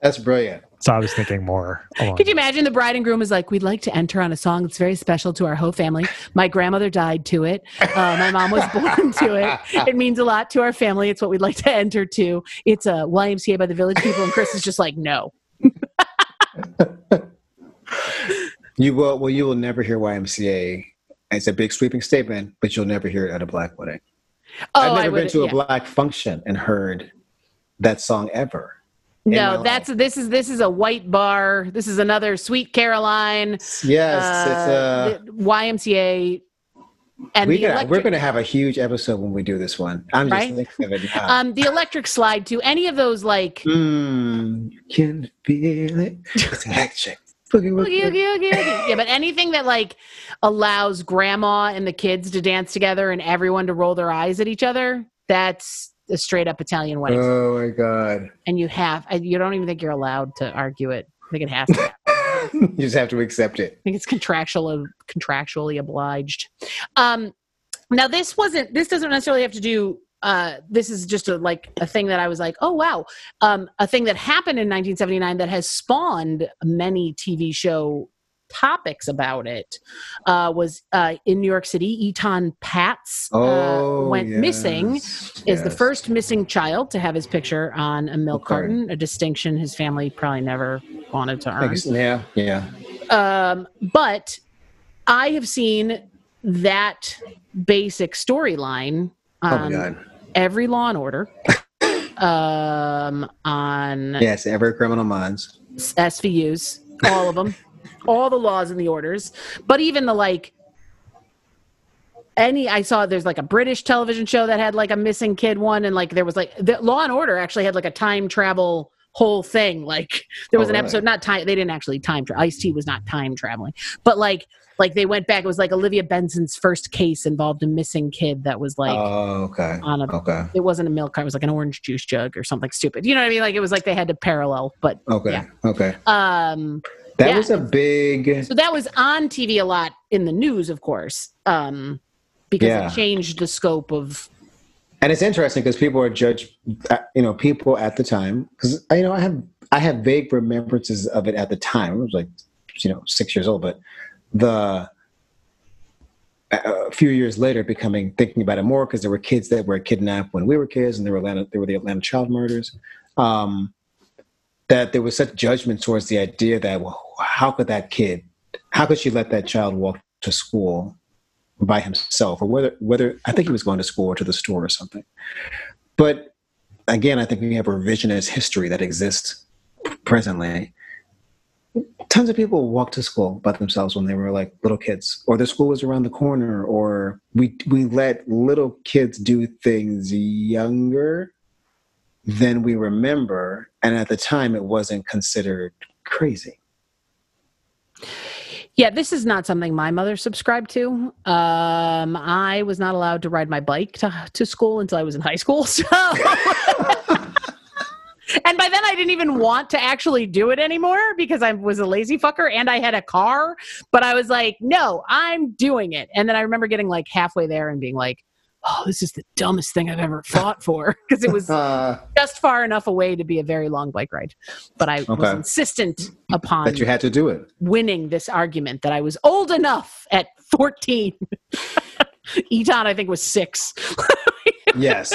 Speaker 2: That's brilliant.
Speaker 4: so I was thinking more. Along
Speaker 3: Could you imagine the bride and groom is like, we'd like to enter on a song that's very special to our whole family. My grandmother died to it. Uh, my mom was born to it. It means a lot to our family. It's what we'd like to enter to. It's a YMCA by the Village People, and Chris is just like, no.
Speaker 2: You will. Well, you will never hear YMCA. It's a big sweeping statement, but you'll never hear it at a black wedding.
Speaker 3: Oh,
Speaker 2: I've never been
Speaker 3: would-
Speaker 2: to a
Speaker 3: yeah.
Speaker 2: black function and heard that song ever. in my
Speaker 3: No,
Speaker 2: life.
Speaker 3: that's this is this is a white bar. This is another Sweet Caroline.
Speaker 2: yes.
Speaker 3: uh,
Speaker 2: it's
Speaker 3: the YMCA
Speaker 2: a.
Speaker 3: and
Speaker 2: We
Speaker 3: the
Speaker 2: gonna, we're
Speaker 3: electric,
Speaker 2: going to have a huge episode when we do this one. I'm just
Speaker 3: Right?
Speaker 2: thinking of it now.
Speaker 3: um, the electric slide to any of those like
Speaker 2: Mm, you can feel it. It's electric. Boogie,
Speaker 3: Oogie,
Speaker 2: woogie.
Speaker 3: oogie, oogie, oogie. yeah, but anything that like allows grandma and the kids to dance together and everyone to roll their eyes at each other, that's a straight up Italian wedding.
Speaker 2: Oh my god!
Speaker 3: and you have, I- you don't even think you're allowed to argue it. I think it has to. I
Speaker 2: you just have to accept it.
Speaker 3: think it's contractual, contractually obliged. Um, now this wasn't, this doesn't necessarily have to do, uh, this is just a, like a thing that I was like, oh wow. Um, a thing that happened in 1979 that has spawned many TV show topics about it uh, was uh, in New York City. Eton Pats uh,
Speaker 2: Oh,
Speaker 3: went
Speaker 2: yes.
Speaker 3: missing. Is the
Speaker 2: Yes.
Speaker 3: first missing child to have his picture on a milk
Speaker 2: Milk carton.
Speaker 3: carton, a distinction his family probably never wanted to earn.
Speaker 2: Thanks. Yeah, yeah.
Speaker 3: Um, but I have seen that basic storyline
Speaker 2: Oh my
Speaker 3: on
Speaker 2: god.
Speaker 3: every Law and Order, um, on
Speaker 2: Yes, ever criminal minds.
Speaker 3: SVUs, all of them, all the laws and the orders, but even the like any I saw there's like a British television show that had like a missing kid one and like there was like the Law and Order actually had like a time travel whole thing like there was
Speaker 2: Oh,
Speaker 3: an
Speaker 2: really?
Speaker 3: episode not time they didn't actually time travel Ice T was not time traveling but like like they went back it was like Olivia Benson's first case involved a missing kid that was like um,
Speaker 2: oh, okay.
Speaker 3: on a
Speaker 2: Okay.
Speaker 3: it wasn't a milk cart it was like an orange juice jug or something stupid you know what I mean like it was like they had to parallel but
Speaker 2: Okay.
Speaker 3: Yeah.
Speaker 2: Okay.
Speaker 3: um
Speaker 2: That
Speaker 3: Yeah.
Speaker 2: was a big
Speaker 3: So that was on TV a lot in the news, of course, um, because
Speaker 2: Yeah.
Speaker 3: it changed the scope of.
Speaker 2: and it's interesting because people are judged uh, you know people at the time because you know i have i have vague remembrances of it at the time i was like you know six years old but the uh, a few years later becoming thinking about it more because there were kids that were kidnapped when we were kids and there were atlanta there were the atlanta child murders um that there was such judgment towards the idea that well how could that kid how could she let that child walk to school by himself or whether whether I think he was going to school or to the store or something. But again, I think we have revisionist history that exists presently. Tons of people walked to school by themselves when they were like little kids, or their school was around the corner, or we we let little kids do things younger than we remember, and at the time it wasn't considered crazy.
Speaker 3: Yeah, this is not something my mother subscribed to. Um, I was not allowed to ride my bike to, to school until I was in high school. So. And by then, I didn't even want to actually do it anymore because I was a lazy fucker and I had a car. But I was like, no, I'm doing it. And then I remember getting like halfway there and being like, oh, this is the dumbest thing I've ever fought for because it was
Speaker 2: Uh,
Speaker 3: just far enough away to be a very long bike ride. But I was
Speaker 2: Okay.
Speaker 3: insistent upon
Speaker 2: that you had to do it.
Speaker 3: winning this argument that I was old enough at 14. Eton, I think, was six.
Speaker 2: Yes.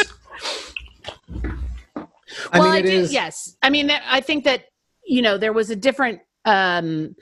Speaker 2: I
Speaker 3: well,
Speaker 2: mean,
Speaker 3: I
Speaker 2: it
Speaker 3: do.
Speaker 2: is.
Speaker 3: Yes, I mean, that, I think that you know there was a different. um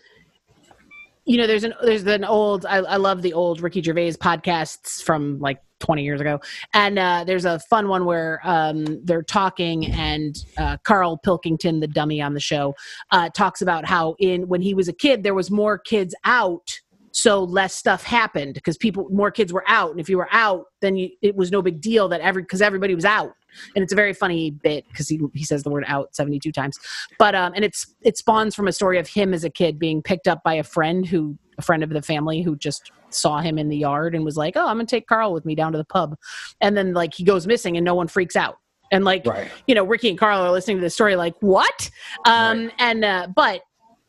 Speaker 3: you know, there's an there's an old I, I love the old Ricky Gervais podcasts from like 20 years ago, and uh, there's a fun one where um, they're talking and uh, Carl Pilkington, the dummy on the show, uh, talks about how in when he was a kid there was more kids out, so less stuff happened because people more kids were out, and if you were out, then you, it was no big deal that every because everybody was out and it's a very funny bit because he, he says the word out 72 times but um and it's it spawns from a story of him as a kid being picked up by a friend who a friend of the family who just saw him in the yard and was like oh i'm gonna take carl with me down to the pub and then like he goes missing and no one freaks out and like
Speaker 2: Right.
Speaker 3: you know ricky and carl are listening to the story like what um
Speaker 2: Right.
Speaker 3: and uh but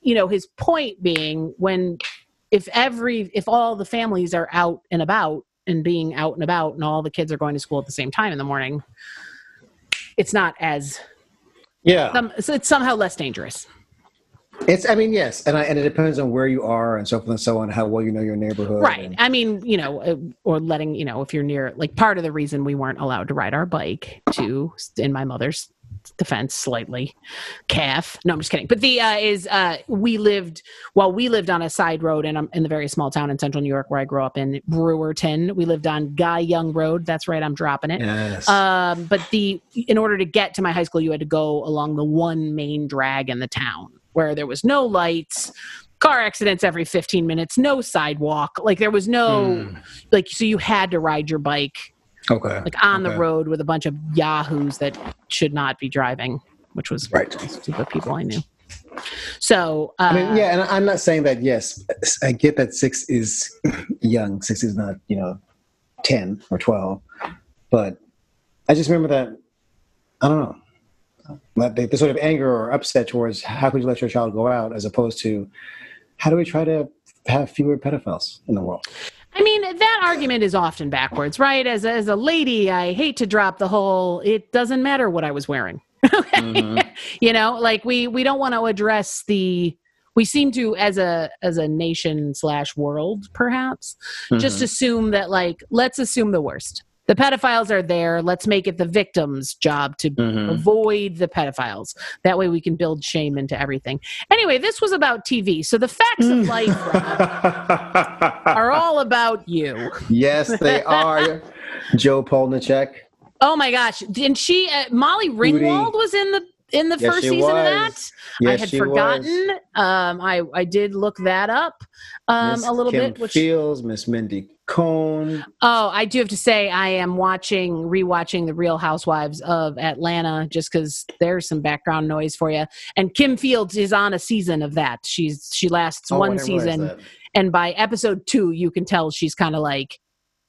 Speaker 3: you know his point being when if every if all the families are out and about and being out and about and all the kids are going to school at the same time in the morning it's not as
Speaker 2: Yeah.
Speaker 3: some, so it's somehow less dangerous
Speaker 2: It's, I mean, yes. And I, and it depends on where you are and so forth and so on, how well you know your neighborhood.
Speaker 3: right
Speaker 2: and-
Speaker 3: i mean you know uh, or letting you know if you're near like part of the reason we weren't allowed to ride our bike to in my mother's defense slightly calf no i'm just kidding but the uh is uh we lived while we lived on a side road in, um, in the very small town in central new york where i grew up in brewerton we lived on guy young road that's right i'm dropping it
Speaker 2: yes.
Speaker 3: um but the in order to get to my high school you had to go along the one main drag in the town where there was no lights car accidents every 15 minutes no sidewalk like there was no
Speaker 2: Hmm.
Speaker 3: like so you had to ride your bike
Speaker 2: okay.
Speaker 3: like on the
Speaker 2: Okay.
Speaker 3: road with a bunch of yahoos that should not be driving which was
Speaker 2: Right.
Speaker 3: stupid people i knew so uh,
Speaker 2: I mean, yeah, and I- I'm not saying that. Yes, I get that six is young. Six is not, you know, ten or twelve. But I just remember that. I don't know. That the, the sort of anger or upset towards how could you let your child go out, as opposed to how do we try to have fewer pedophiles in the world?
Speaker 3: I mean, that argument is often backwards, right? As a, as a lady, I hate to drop the whole. It doesn't matter what I was wearing. Okay? you know, like we we don't want to address the. We seem to, as a as a nation slash world, perhaps, just assume that like let's assume the worst. The pedophiles are there. Let's make it the victim's job to avoid the pedophiles. That way, we can build shame into everything. Anyway, this was about TV. So the facts of life Rob, are all about you.
Speaker 2: yes, they are. Joe Polnicek.
Speaker 3: Oh my gosh! And she, uh, Molly
Speaker 2: Booty.
Speaker 3: Ringwald, was in the in the
Speaker 2: Yes,
Speaker 3: first
Speaker 2: she
Speaker 3: season of that.
Speaker 2: was. Yes,
Speaker 3: I had
Speaker 2: she Was.
Speaker 3: forgotten. Um, I I did look that up um,
Speaker 2: Miss
Speaker 3: a little
Speaker 2: Kim
Speaker 3: bit. Which
Speaker 2: Fields, Miss Mindy Cohn.
Speaker 3: oh, I do have to say, I am watching rewatching the Real Housewives of Atlanta just because there's some background noise for you. And Kim Fields is on a season of that. She's she lasts
Speaker 2: Oh, I
Speaker 3: one
Speaker 2: didn't realize
Speaker 3: season,
Speaker 2: that.
Speaker 3: and by episode two, you can tell she's kind of like,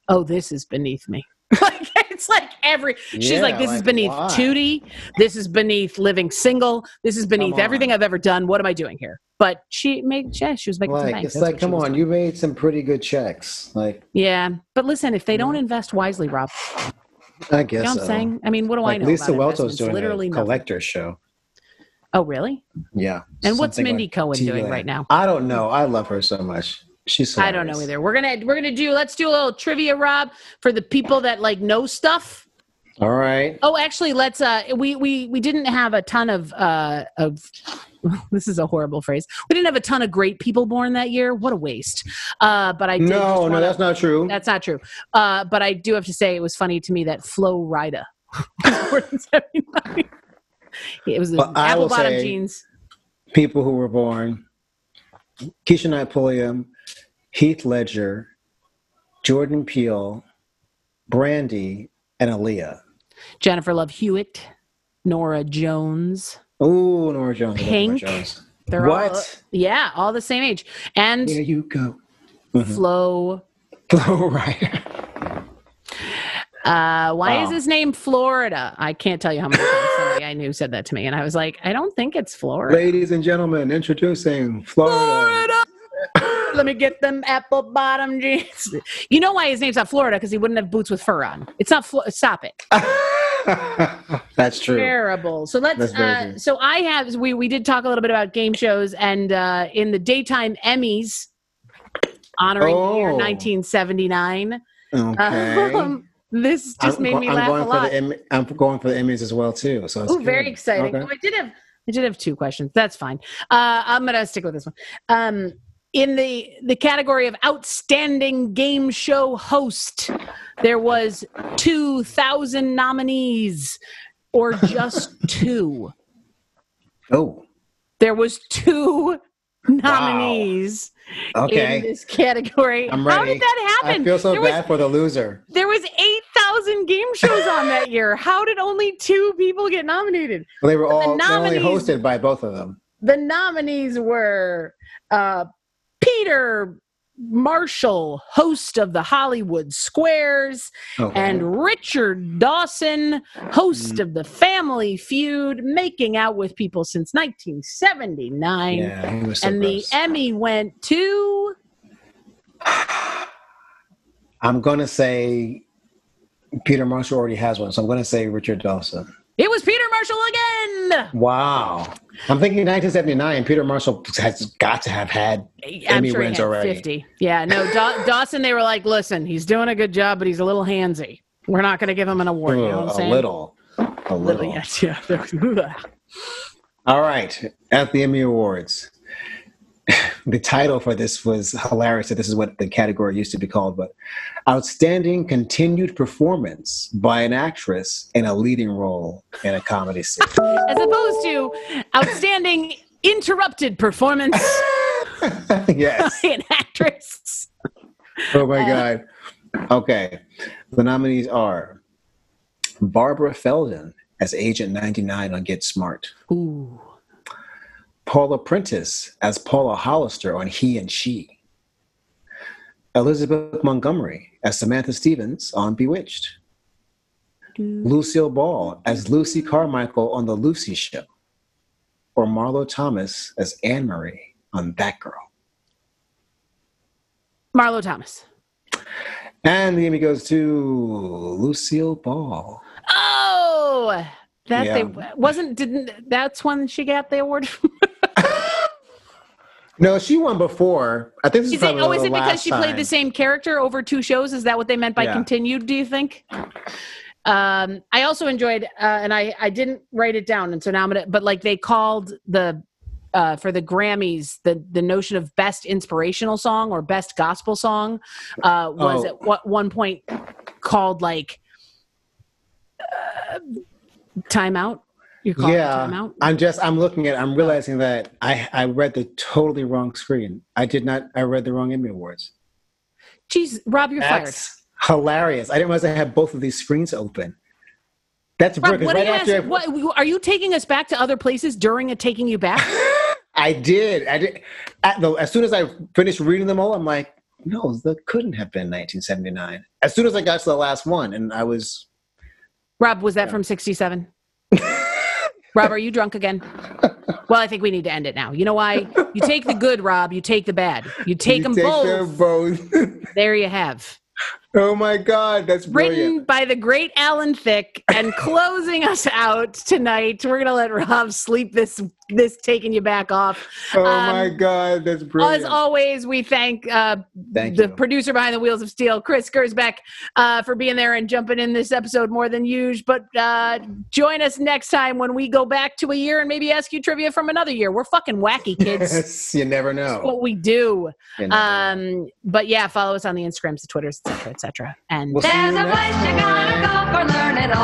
Speaker 3: oh, this is beneath me. like it's like every She's like,
Speaker 2: Yeah,
Speaker 3: this is beneath
Speaker 2: why?
Speaker 3: 2D. This is beneath living single. This is
Speaker 2: Come
Speaker 3: beneath
Speaker 2: on.
Speaker 3: everything I've ever done. What am I doing here? But she made, yeah, she was making some
Speaker 2: Like,
Speaker 3: bank.
Speaker 2: it's
Speaker 3: That's
Speaker 2: like,
Speaker 3: what
Speaker 2: come
Speaker 3: she was
Speaker 2: on,
Speaker 3: doing.
Speaker 2: you made some pretty good checks. Like,
Speaker 3: Yeah. But listen, if they don't
Speaker 2: Mm-hmm.
Speaker 3: invest wisely, Rob,
Speaker 2: I
Speaker 3: you
Speaker 2: guess.
Speaker 3: know what I'm
Speaker 2: so.
Speaker 3: saying? I mean, what do I
Speaker 2: Like
Speaker 3: know?
Speaker 2: Lisa
Speaker 3: about
Speaker 2: Welto's
Speaker 3: investments?
Speaker 2: doing
Speaker 3: Literally
Speaker 2: a
Speaker 3: nothing.
Speaker 2: collector show.
Speaker 3: Oh, really?
Speaker 2: Yeah.
Speaker 3: And what's
Speaker 2: something
Speaker 3: Mindy Cohen
Speaker 2: TV
Speaker 3: doing
Speaker 2: Land.
Speaker 3: right now?
Speaker 2: I don't know. I love her so much. She's.
Speaker 3: I don't know
Speaker 2: hilarious.
Speaker 3: either. We're gonna we're gonna do let's do a little trivia, Rob, for the people that like know stuff.
Speaker 2: All right.
Speaker 3: Oh, actually, let's. Uh, we we we didn't have a ton of uh of. This is a horrible phrase. We didn't have a ton of great people born that year. What a waste. Uh, but I did just
Speaker 2: No,
Speaker 3: wanna-
Speaker 2: no, that's not true.
Speaker 3: that's not true. Uh, but I do have to say it was funny to me that Flo Rida. was born in 79. it was
Speaker 2: But I
Speaker 3: apple
Speaker 2: will
Speaker 3: bottom
Speaker 2: say-
Speaker 3: jeans.
Speaker 2: People who were born: Keisha Knight Pulliam, Heath Ledger, Jordan Peele, Brandy, and Aaliyah.
Speaker 3: Jennifer Love Hewitt, Nora Jones.
Speaker 2: Oh, Nora Jones. I love Nora
Speaker 3: Pink.
Speaker 2: Jones.
Speaker 3: They're all
Speaker 2: What?
Speaker 3: yeah, all the same age. And
Speaker 2: Here you go.
Speaker 3: Flo
Speaker 2: Flow rider.
Speaker 3: Uh, why is
Speaker 2: Wow.
Speaker 3: his name Florida? I can't tell you how many times somebody I knew said that to me, and I was like, I don't think it's Florida.
Speaker 2: Ladies and gentlemen, introducing Florida.
Speaker 3: Let me get them apple bottom jeans. You know why his name's not Florida? Because he wouldn't have boots with fur on. It's not. Flo- Stop it.
Speaker 2: That's true.
Speaker 3: Terrible. So let's.
Speaker 2: That's very
Speaker 3: Uh,
Speaker 2: true.
Speaker 3: so I have. We we did talk a little bit about game shows, and uh, in the daytime Emmys, honoring the year
Speaker 2: Oh.
Speaker 3: 1979.
Speaker 2: Okay.
Speaker 3: Um, this just
Speaker 2: I'm
Speaker 3: made
Speaker 2: go-
Speaker 3: me
Speaker 2: I'm
Speaker 3: laugh
Speaker 2: going
Speaker 3: a lot.
Speaker 2: For the Emmy- I'm going for the Emmys as well too. So it's
Speaker 3: Oh, very
Speaker 2: good.
Speaker 3: exciting.
Speaker 2: Okay.
Speaker 3: Oh, I did have I did have two questions. That's fine. Uh, I'm gonna stick with this one. Um, in the the category of outstanding game show host, there was two thousand nominees, or just two.
Speaker 2: Oh,
Speaker 3: There was two nominees in
Speaker 2: okay.
Speaker 3: this category.
Speaker 2: I'm
Speaker 3: How
Speaker 2: ready.
Speaker 3: did that happen?
Speaker 2: I feel so
Speaker 3: there
Speaker 2: bad
Speaker 3: Was,
Speaker 2: for the loser.
Speaker 3: there was eight thousand game shows on that year. How did only two people get nominated?
Speaker 2: Well, they were all they were only
Speaker 3: nominees-
Speaker 2: hosted by both of them.
Speaker 3: the nominees were uh, Peter Marshall, host of the Hollywood Squares,
Speaker 2: Oh,
Speaker 3: and Richard Dawson,
Speaker 2: Mm.
Speaker 3: host of the Family Feud, making out with people since 1979.
Speaker 2: yeah, he was so
Speaker 3: and
Speaker 2: gross.
Speaker 3: the Emmy went to
Speaker 2: I'm gonna say Peter Marshall already has one, so I'm gonna say Richard Dawson.
Speaker 3: it was Peter Marshall
Speaker 2: Wow, I'm thinking 1979. Peter Marshall has got to have had
Speaker 3: again. I'm
Speaker 2: Emmy
Speaker 3: sure he
Speaker 2: wins
Speaker 3: had
Speaker 2: already.
Speaker 3: 50. Yeah, no, Daw- Dawson. They were like, "Listen, he's doing a good job, but he's a little handsy. We're not going to give him an award." you know
Speaker 2: Ugh,
Speaker 3: what I'm
Speaker 2: Uh, a
Speaker 3: saying?
Speaker 2: little, a
Speaker 3: little.
Speaker 2: little.
Speaker 3: Yes, yeah. They're-
Speaker 2: All right, at the Emmy Awards. The title for this was hilarious. That this is what the category used to be called, but outstanding continued performance by an actress in a leading role in a comedy series.
Speaker 3: As opposed to outstanding interrupted performance
Speaker 2: yes.
Speaker 3: by an actress.
Speaker 2: Oh
Speaker 3: Uh,
Speaker 2: my God. Okay. The nominees are Barbara Feldon as Agent 99 on Get Smart,
Speaker 3: Ooh.
Speaker 2: Paula Prentice as Paula Hollister on He and She, Elizabeth Montgomery as Samantha Stevens on Bewitched, Lucille Ball as Lucy Carmichael on The Lucy Show, or Marlo Thomas as Anne Marie on That Girl.
Speaker 3: Marlo Thomas.
Speaker 2: And the Emmy goes to Lucille Ball.
Speaker 3: Oh, that
Speaker 2: Yeah.
Speaker 3: they wasn't didn't that's when she got the award.
Speaker 2: No, she won before. I think this is,
Speaker 3: is it,
Speaker 2: probably
Speaker 3: oh, is
Speaker 2: the
Speaker 3: it because
Speaker 2: last
Speaker 3: she played the
Speaker 2: time.
Speaker 3: same character over two shows? Is that what they meant by
Speaker 2: Yeah.
Speaker 3: continued? Do you think? Um, I also enjoyed, uh, and I I didn't write it down, and so now I'm gonna. But like they called the uh, for the Grammys the the notion of best inspirational song or best gospel song uh, was
Speaker 2: Oh.
Speaker 3: at what one point called like uh, timeout. You call it
Speaker 2: Yeah,
Speaker 3: timeout.
Speaker 2: I'm just I'm looking at. I'm realizing that I I read the totally wrong screen. I did not. I read the wrong Emmy Awards.
Speaker 3: Jeez, Rob, you're fired.
Speaker 2: That's hilarious. I didn't realize I had both of these screens open. That's
Speaker 3: Rob,
Speaker 2: brilliant.
Speaker 3: what are
Speaker 2: Right
Speaker 3: you
Speaker 2: after
Speaker 3: asking? What, are you taking us back to other places during a taking you back?
Speaker 2: I did. I did. At the, as soon as I finished reading them all, I'm like, no, that couldn't have been 1979. As soon as I got to the last one, and I was
Speaker 3: Rob, was that from 67? Rob, are you drunk again? Well, I think we need to end it now. You know why? You take the good, Rob. You take the bad. You take
Speaker 2: you
Speaker 3: them both.
Speaker 2: them both.
Speaker 3: There you have.
Speaker 2: oh my god, that's
Speaker 3: Written
Speaker 2: brilliant.
Speaker 3: by the great Alan Thick and closing us out tonight. We're gonna let Rob sleep this this taking you back off.
Speaker 2: Oh
Speaker 3: Um,
Speaker 2: my God, that's
Speaker 3: As
Speaker 2: brilliant.
Speaker 3: always, we thank uh,
Speaker 2: Thank
Speaker 3: the
Speaker 2: you.
Speaker 3: producer behind the wheels of steel, Chris Gersbeck, uh, for being there and jumping in this episode more than usual. But uh, join us next time when we go back to a year and maybe ask you trivia from another year. We're fucking wacky kids.
Speaker 2: Yes, you never know.
Speaker 3: What we do,
Speaker 2: You never know.
Speaker 3: um, but yeah, follow us on the Instagrams, the Twitters, etc., cetera, etc. And
Speaker 2: We'll see you
Speaker 5: There's a
Speaker 2: next
Speaker 5: place you gotta go for learning all.